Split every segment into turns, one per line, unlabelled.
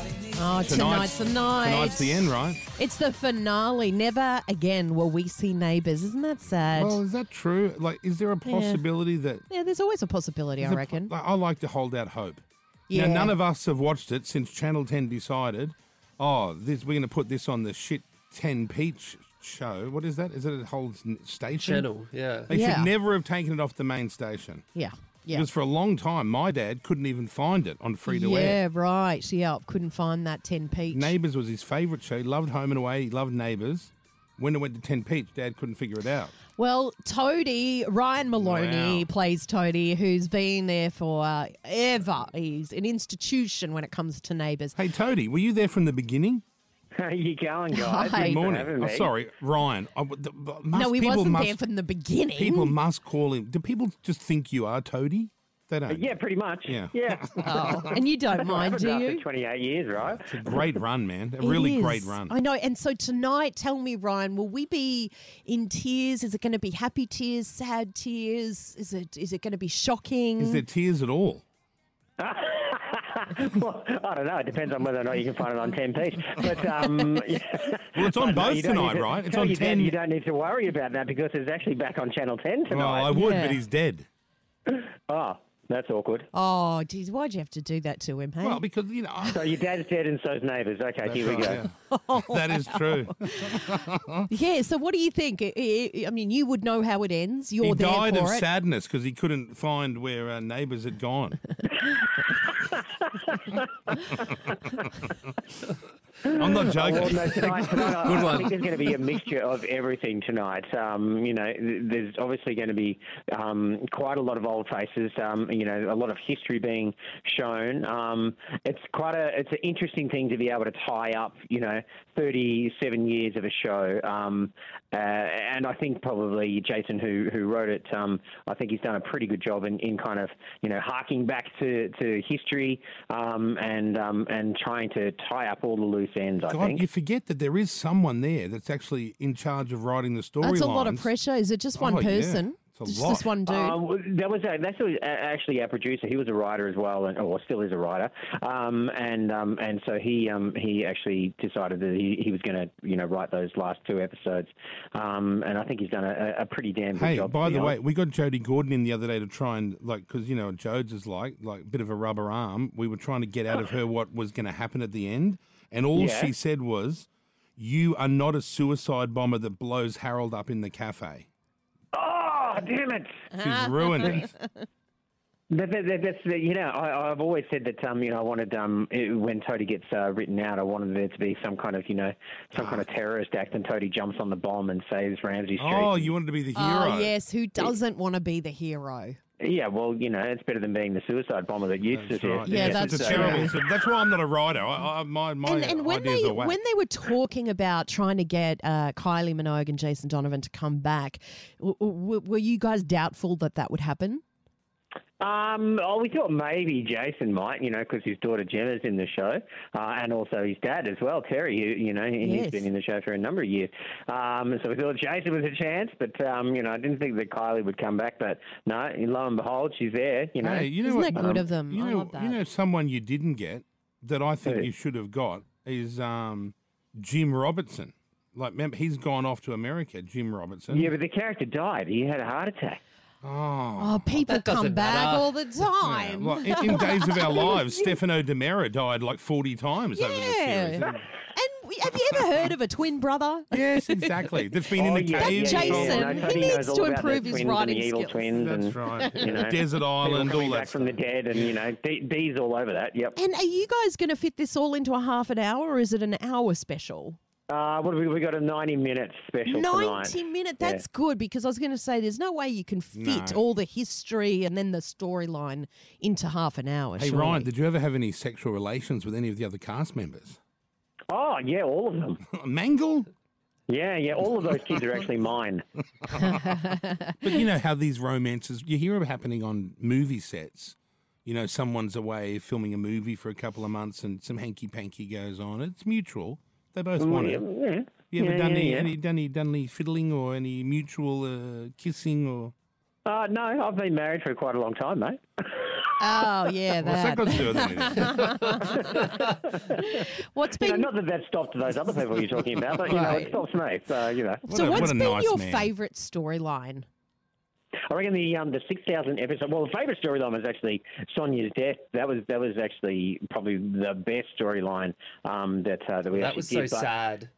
tonight's,
Tonight's-
the night.
tonight's the end, right?
It's the finale. Never again will we see neighbours. Isn't that sad?
Well, is that true? Like, is there a possibility that
yeah, there's always a possibility, I
The-
reckon.
like, I like to hold out hope.
Yeah.
Now, none of us have watched it since Channel 10 decided, oh, this, we're going to put this on the shit 10 Peach show. What is that? Is it a whole s- station?
Channel, yeah.
They
Yeah.
should never have taken it off the main station.
yeah. Yeah.
Because for a long time, my dad couldn't even find it on free to air.
Yeah, right. Yeah, couldn't find that 10 peach.
Neighbours was his favourite show. He loved Home and Away. He loved Neighbours. When it went to 10 Peach, dad couldn't figure it out.
Well, Toadie, Ryan Maloney
Wow.
plays Toadie, who's been there for uh, ever. He's an institution when it comes to neighbours.
Hey, Toadie, were you there from the beginning?
How you going, guys?
Hi.
Thanks
Good
for
Morning.
having
Oh,
me.
sorry, Ryan. I w- the- must,
No, he
people
wasn't
must,
there from the beginning.
People must call him. Do people just think you are Toady? They don't.
Uh, Yeah, pretty much.
Yeah.
Yeah.
Oh, and you don't mind,
Happens
do
after
you?
28 years, right?
It's a great run, man. A
It
really
is.
great run.
I know. And so tonight, tell me, Ryan, will we be in tears? Is it going to be happy tears, sad tears? Is it is it going to be shocking?
Is there tears at all?
Well, I don't know. It depends on whether or not you can find it on 10 piece. But, um, yeah.
Well, it's on
But no,
both
you don't
tonight,
need to-
right? It's
tell
on
you that
10.
You don't need to worry about that because it's actually back on Channel 10
Well,
tonight.
I would,
Yeah.
but he's dead.
Oh, that's awkward.
oh, geez, why'd you have to do that to him, hey?
Well, because you know. I-
So your dad's dead and so's neighbours. Okay,
That's
here we
right,
go.
yeah. that is true.
yeah, so what do you think? I- I I mean, you would know how it ends. You're
he
there
died
for
of
it.
sadness because he couldn't find where our neighbours had gone. I'm not joking.
Oh, Well, no, tonight, tonight I-
Good
I,
one.
think there's going to be a mixture of everything tonight. Um, you know, th- there's obviously going to be um, quite a lot of old faces. Um, you know, a lot of history being shown. Um, it's quite a it's an interesting thing to be able to tie up. You know, 37 years of a show. Um, uh, and I think probably Jason, who who wrote it, um, I think he's done a pretty good job in, in kind of you know harking back to to history um, and um, and trying to tie up all the loose ends. I
God,
think.
you forget that there is someone there that's actually in charge of writing the story.
That's a lot of pressure. Is it just one
Oh, yeah.
person?
It's a
just
lot.
this one dude?
Uh, w- that was a, that's a, a- actually our producer. He was a writer as well, and or still is a writer. Um, and um, and so he um, he actually decided that he, he was going to you know write those last two episodes. Um, and I think he's done a, a- a pretty damn good
Hey,
job. to
by
be
the way,
honest.
we got Jody Gordon in the other day to try and like because you know what Jodes is like like a bit of a rubber arm. We were trying to get out of her what was going to happen at the end, and all
Yeah.
she said was, "You are not a suicide bomber that blows Harold up in the cafe."
oh damn it!
She's ruined it.
That, that, that, that's the, you know I, I've always said that um you know I wanted um it, when Toadie gets uh, written out I wanted there to be some kind of you know some kind of terrorist act and Toadie jumps on the bomb and saves Ramsey Street.
Ah. Oh, you wanted to be the hero.
Oh, yes. Who doesn't want to be the hero?
Yeah, well, you know, it's better than being the suicide bomber that you
That's right.
suggest.
Yeah,
Yes,
that's
it's a
true.
terrible. so That's why I'm not a writer. I, I, my my
and, and when
ideas
they
are whack.
when they were talking about trying to get uh, Kylie Minogue and Jason Donovan to come back, w- w- were you guys doubtful that that would happen?
Um, oh, we thought maybe Jason might, you know, because his daughter Gemma's in the show, uh, and also his dad as well, Terry. Who, you know, he-
Yes.
he's been in the show for a number of years. Um, so we thought Jason was a chance, but um, you know, I didn't think that Kylie would come back. But no, and lo and behold, she's there. You know,
Hey, you know
Isn't
what?
that good of them?
You
I
know,
love that.
you know, someone you didn't get that I think
Who?
you should have got is um, Jim Robertson. Like, remember, he's gone off to America, Jim Robertson.
yeah, but the character died. He had a heart attack.
Oh.
Oh, people
that
come
doesn't
back
matter.
all the
Yeah,
time.
like, in, in Days of Our Lives, Stefano Demera died like 40 times over the
Yeah.
series. And-
And we- have you ever heard of a twin brother?
yes, exactly. That's been in
Oh,
the
yeah,
That
cave.
yeah, yeah, yeah.
Jason,
No,
he
Tony
needs
knows all
to
about the
improve his
twins and the
writing
evil
skills.
twins
That's
and,
right.
You know,
Desert
people
Island,
coming
all
back
that
from the
stuff.
dead, and you know, D- D's all over that. Yep.
And are you guys going to fit this all into a half an hour or is it an hour special?
Uh, what have we, we got a 90 minute special tonight.
90 minute that's good because i was going to say there's no way you can fit
No.
all the history and then the storyline into half an hour
Hey,
surely.
Ryan, did you ever have any sexual relations with any of the other cast members?
Oh, yeah, all of them.
Mangle?
Yeah, yeah, all of those kids are actually mine.
But you know how these romances you hear of happening on movie sets. You know, someone's away filming a movie for a couple of months, and some hanky panky goes on. It's mutual. They both want
yeah,
it.
yeah.
You ever
Yeah,
done
yeah,
any,
yeah.
any done any done any fiddling or any mutual uh, kissing or?
Uh, no, I've been married for quite a long time, mate.
Oh yeah,
What's that
that.
got to do with anything?
What's
You know,
been
not that that stopped those other people you're talking about, but you know,
Right.
it stops me. So you know,
What
so?
a- what
what's
a
been
nice
your
man.
favourite storyline?
I reckon the um, the six thousand episode. Well, the favourite storyline was actually Sonia's death. That was that was actually probably the best storyline um, that uh, that we
That
actually
was so
did. but-
sad.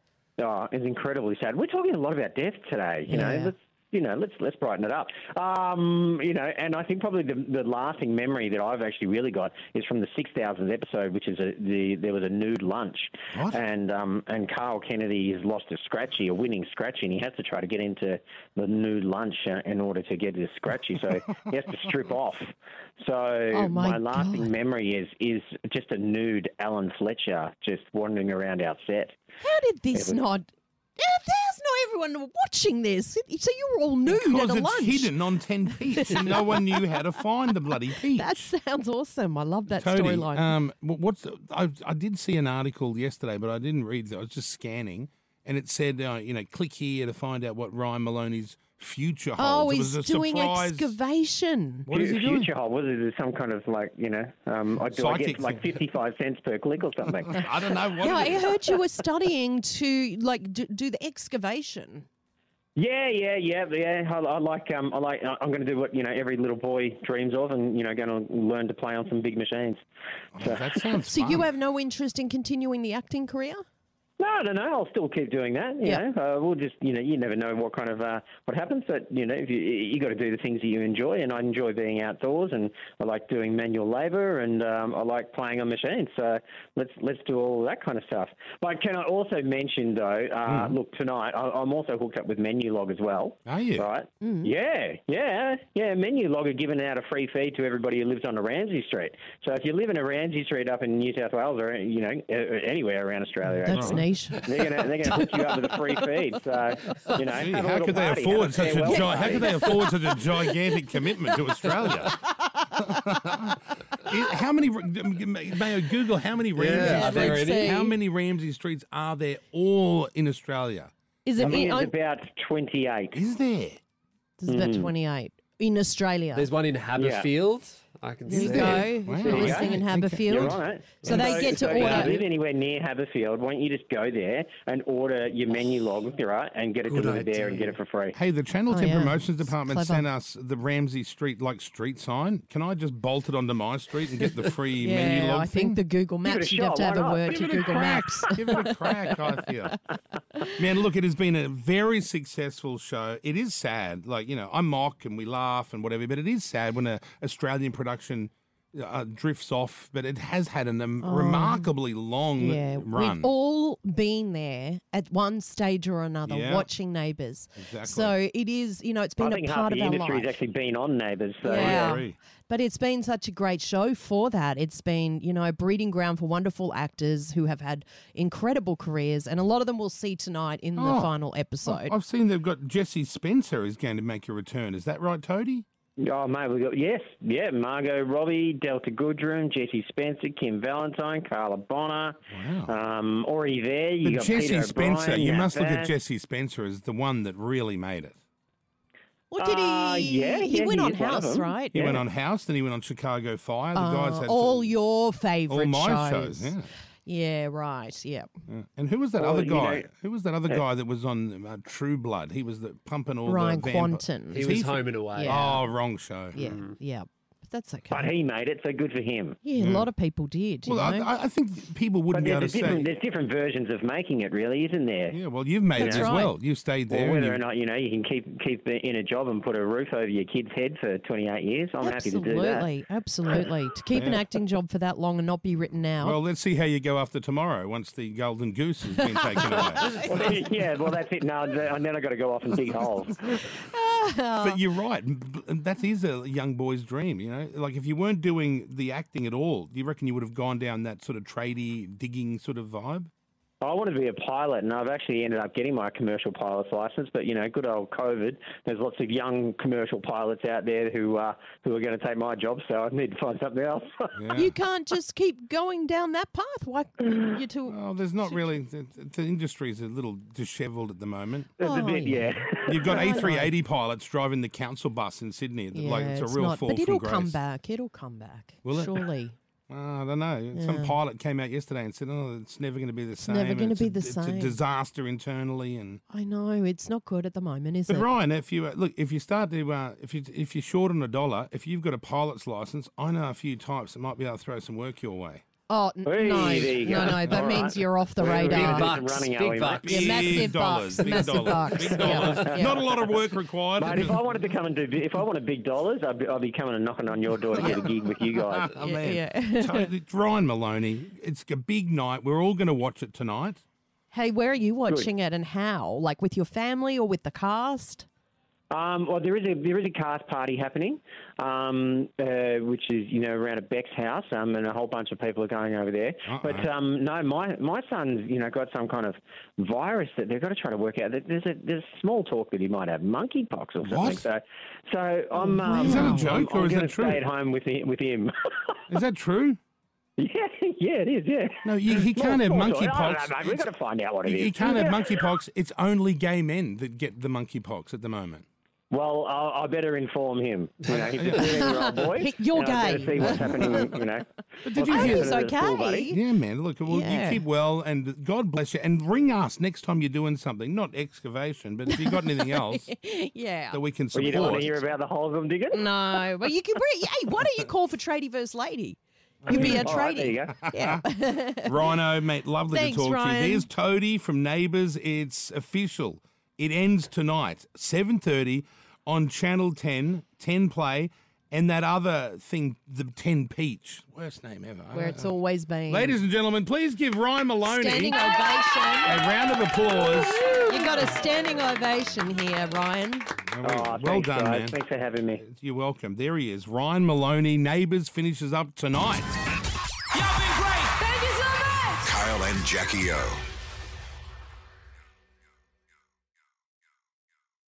Oh, it's incredibly sad. We're talking a lot about death today. You
Yeah.
know, let's you know, let's let's brighten it up. Um, you know, and I think probably the, the lasting memory that I've actually really got is from the six thousandth episode, which is a, the there was a nude lunch,
What?
and um, and Carl Kennedy has lost a scratchy, a winning scratchy, and he has to try to get into the nude lunch uh, in order to get his scratchy, so he has to strip off. So
Oh my
lasting
God.
memory is is just a nude Alan Fletcher just wandering around our set.
How did this
It was-
not? Yeah, There's not everyone watching this. So you were all nude at
Because
a
it's
lunch.
hidden on 10 peaks and no one knew how to find the bloody peak.
That sounds awesome. I love that
Tony,
storyline.
Um, wh- what's the- I, I did see an article yesterday, but I didn't read it. I was just scanning, and it said, uh, you know, click here to find out what Ryan Maloney's future
oh,
holds. It
he's
was a
doing
surprise.
excavation.
What is he doing?
future hold? Was it some kind of like you know? Um, I, do I
Psychic
get like
thing.
fifty-five cents per click or something?
I don't know. What
Yeah,
it
I
is.
heard you were studying to like do, do the excavation.
yeah, yeah, yeah, yeah. I, I like. Um, I like. I'm going to do what you know every little boy dreams of, and you know, going to learn to play on some big machines.
Oh, that sounds
So
fun.
you have no interest in continuing the acting career?
No, no, no. I'll still keep doing that. You
Yeah.
know, uh, we'll just you know, you never know what kind of uh, what happens, but you know, if you you got to do the things that you enjoy, and I enjoy being outdoors, and I like doing manual labour, and um, I like playing on machines. So let's let's do all of that kind of stuff. But can I also mention though? Uh, Look, tonight I, I'm also hooked up with Menu Log as well.
Mm. Are you?
Right.
Mm-hmm.
Yeah, yeah, yeah. Menu log are giving out a free feed to everybody who lives on a Ramsey Street. So if you live in a Ramsey Street up in New South Wales or you know uh, anywhere around Australia,
That's
actually,
niche.
they're gonna they're gonna hook you up with a free feed. So you know,
Gee,
have a
how
little
could they
party,
afford
have a
such a
farewell
gi- how
party.
could they afford such a gigantic commitment to Australia? It- how many May- Mayo Google how many Ramsey
Yeah,
let's see.
streets how many Ramsey streets are there all in Australia?
Is
I
it?
think
In,
it's
on,
about twenty eight.
Is there?
there's about twenty-eight in Australia.
There's one in Haberfield. I can
there
see.
you
there?
go.
Wow.
If you're listening in
Okay.
Haberfield.
You're right.
So they get to
so If
order-
you live anywhere near Haberfield, why don't you just go there and order your menu log, right, and get it
Good
delivered there
idea.
and get it for free?
Hey, the Channel
Oh,
10
yeah.
Promotions
It's
Department
clever.
sent us the Ramsey Street like street sign. Can I just bolt it onto my street and get the free
Yeah,
menu log
I
thing?
think the Google
it a
Maps. You'd have
shot,
to have
why
a
not?
word to
Give it a
Google
crack.
Maps.
Give it a crack, I feel. Man, look, it has been a very successful show. It is sad. Like, you know, I mock and we laugh and whatever, but it is sad when a Australian production uh, drifts off, but it has had a remarkably long
Oh. Yeah,
run.
we've all been there at one stage or another,
Yeah.
watching Neighbours.
Exactly.
So it is, you know, it's
I
been
think
a
half
part
the
of our
industry's
life.
actually been on Neighbours. So
Yeah.
agree.
But it's been such a great show for that. It's been, you know, a breeding ground for wonderful actors who have had incredible careers, and a lot of them we'll see tonight in the
Oh.
final episode.
I've seen they've got Jesse Spencer is going to make a return. Is that right, Toadie?
Oh, mate, we got yes, yeah, Margot Robbie, Delta Goodrum, Jesse Spencer, Kim Valentine, Carla Bonner. Wow. Um, already there. You
But
got
Jesse
Peter
Spencer,
O'Brien,
you
Nat
must look at
Bass.
Jesse Spencer as the one that really made it.
What did he?
Uh, yeah,
he
yeah,
went
he
on
is one of
House,
them.
right?
He went on House, then he went on Chicago Fire. The guys
Uh,
had
all
some-
your favorite
all my shows. yeah.
yeah, right. Yeah.
yeah. And who was that
Well,
other
you
guy?
know-
who was that other guy that was on uh, True Blood? He was the pumping all
Ryan
the vamp-
Quanten.
He
Is
was
fr-
home and away.
Yeah.
Oh, wrong show.
Yeah,
Mm. Mm-hmm.
yeah. But that's okay.
But he made it, so good for him.
yeah, a lot of people did.
Well,
you
I,
know?
I- I think people wouldn't
But
be able to
there's, a different,
say.
there's different versions of making it, really, isn't there?
Yeah, well, you've made
That's
it as
right.
well. You've stayed there.
Or
and
whether
you've-
or not you know you can keep keep in a job and put a roof over your kid's head for 28 years, I'm happy to do that.
absolutely, absolutely. To keep an acting job for that long and not be written out.
Well, let's see how you go after tomorrow once the golden goose has been taken away.
yeah, well that's it. No, th- and then I got to go off and dig holes.
Oh.
But you're right. b- That is a young boy's dream, you know? Like, if you weren't doing the acting at all, do you reckon you would have gone down that sort of tradie digging sort of vibe?
I wanted to be a pilot, and I've actually ended up getting my commercial pilot's license. But you know, good old COVID. There's lots of young commercial pilots out there who uh, who are going to take my job, so I need to find something else.
Yeah.
You can't just keep going down that path. Why you two?
Well, there's not really. The, the industry's a little dishevelled at the moment.
It's a
Oh,
bit,
yeah.
yeah.
You've got A380 pilots driving the council bus in Sydney. like it's a real fall
But it'll
from grace.
come back. It'll come back.
Will it?
Surely.
Ah, I don't know. Some pilot came out yesterday and said, "Oh, it's never going to be the same.
never
and
gonna
it's a-
be the
It's
same."
a disaster internally." And
I know it's not good at the moment, is
but
it?
Ryan, if you uh, look, if you start to uh, if you if you're short on a dollar, if you've got a pilot's license, I know a few types that might be able to throw some work your way.
Oh n-
Hey,
no,
there you
no,
go.
no. That
All
means
right.
you're off the
We're
radar.
gonna do
Big
some
bucks,
running,
big
are we, mate?
bucks.
Yeah,
Big
massive
dollars,
bucks,
big
massive
dollars,
bucks,
big
yeah,
dollars.
yeah.
Not a lot of work required.
Mate, if I wanted to come and do, if I wanted big dollars, I'd be, I'd be coming and knocking on your door to get a gig with you guys.
Oh,
Yeah,
man.
yeah.
So, it's Ryan Maloney. It's a big night. We're all going to watch it tonight.
Hey, where are you watching it and how? Like with your family or with the cast?
Um, well, there is a there is a cast party happening, um, uh, which is you know around at Beck's house, um, and a whole bunch of people are going over there.
Uh-oh.
But um, no, my my son's you know got some kind of virus that they've got to try to work out. There- There's a there's small talk that he might have monkeypox or something.
What?
So, so I'm um,
Is that a
I'm-
joke
I'm,
or is that
gonna
true?
Stay at home with hi- with him.
Is that true?
yeah, yeah, it is. Yeah.
No, you, he
Small-
can't have
small talk. I don't
monkeypox.
know, mate, We've
It's-
got to find out what it
You
is.
you can't have monkeypox. It's only gay men that get the monkeypox at the moment.
Well, I, I better inform him. You know, he's a 13 year old boy.
He- you're
and I better
gay.
see what's happening. You know,
did you
what's
hear-
happening at the school, buddy.
okay.
Yeah, man. Look, well,
Yeah.
you keep well, and God bless you. And ring us next time you're doing something, not excavation, but if you've got anything else
yeah.
that we can
Well, you don't want
support.
to hear about the holes I'm digging.
No, but you can. Hey, why don't you call for tradie versus lady? You'd be a
All right, there
tradie.
you go.
Yeah.
Rhino, mate, lovely
Thanks,
to talk to
Ryan.
you. There's Toadie from Neighbours. It's official. It ends tonight, 7.30 on Channel 10, 10 Play, and that other thing, the 10 Peach. Worst name ever. I
Where
don't
it's
know.
always been.
Ladies and gentlemen, please give Ryan Maloney
standing
a
ovation.
round of applause.
You got a standing ovation here, Ryan.
There we go.
Oh,
well
thanks,
done,
guys.
man.
Thanks for having me.
You're welcome. There he is. Ryan Maloney, Neighbours finishes up tonight.
Kyle and Jackie O.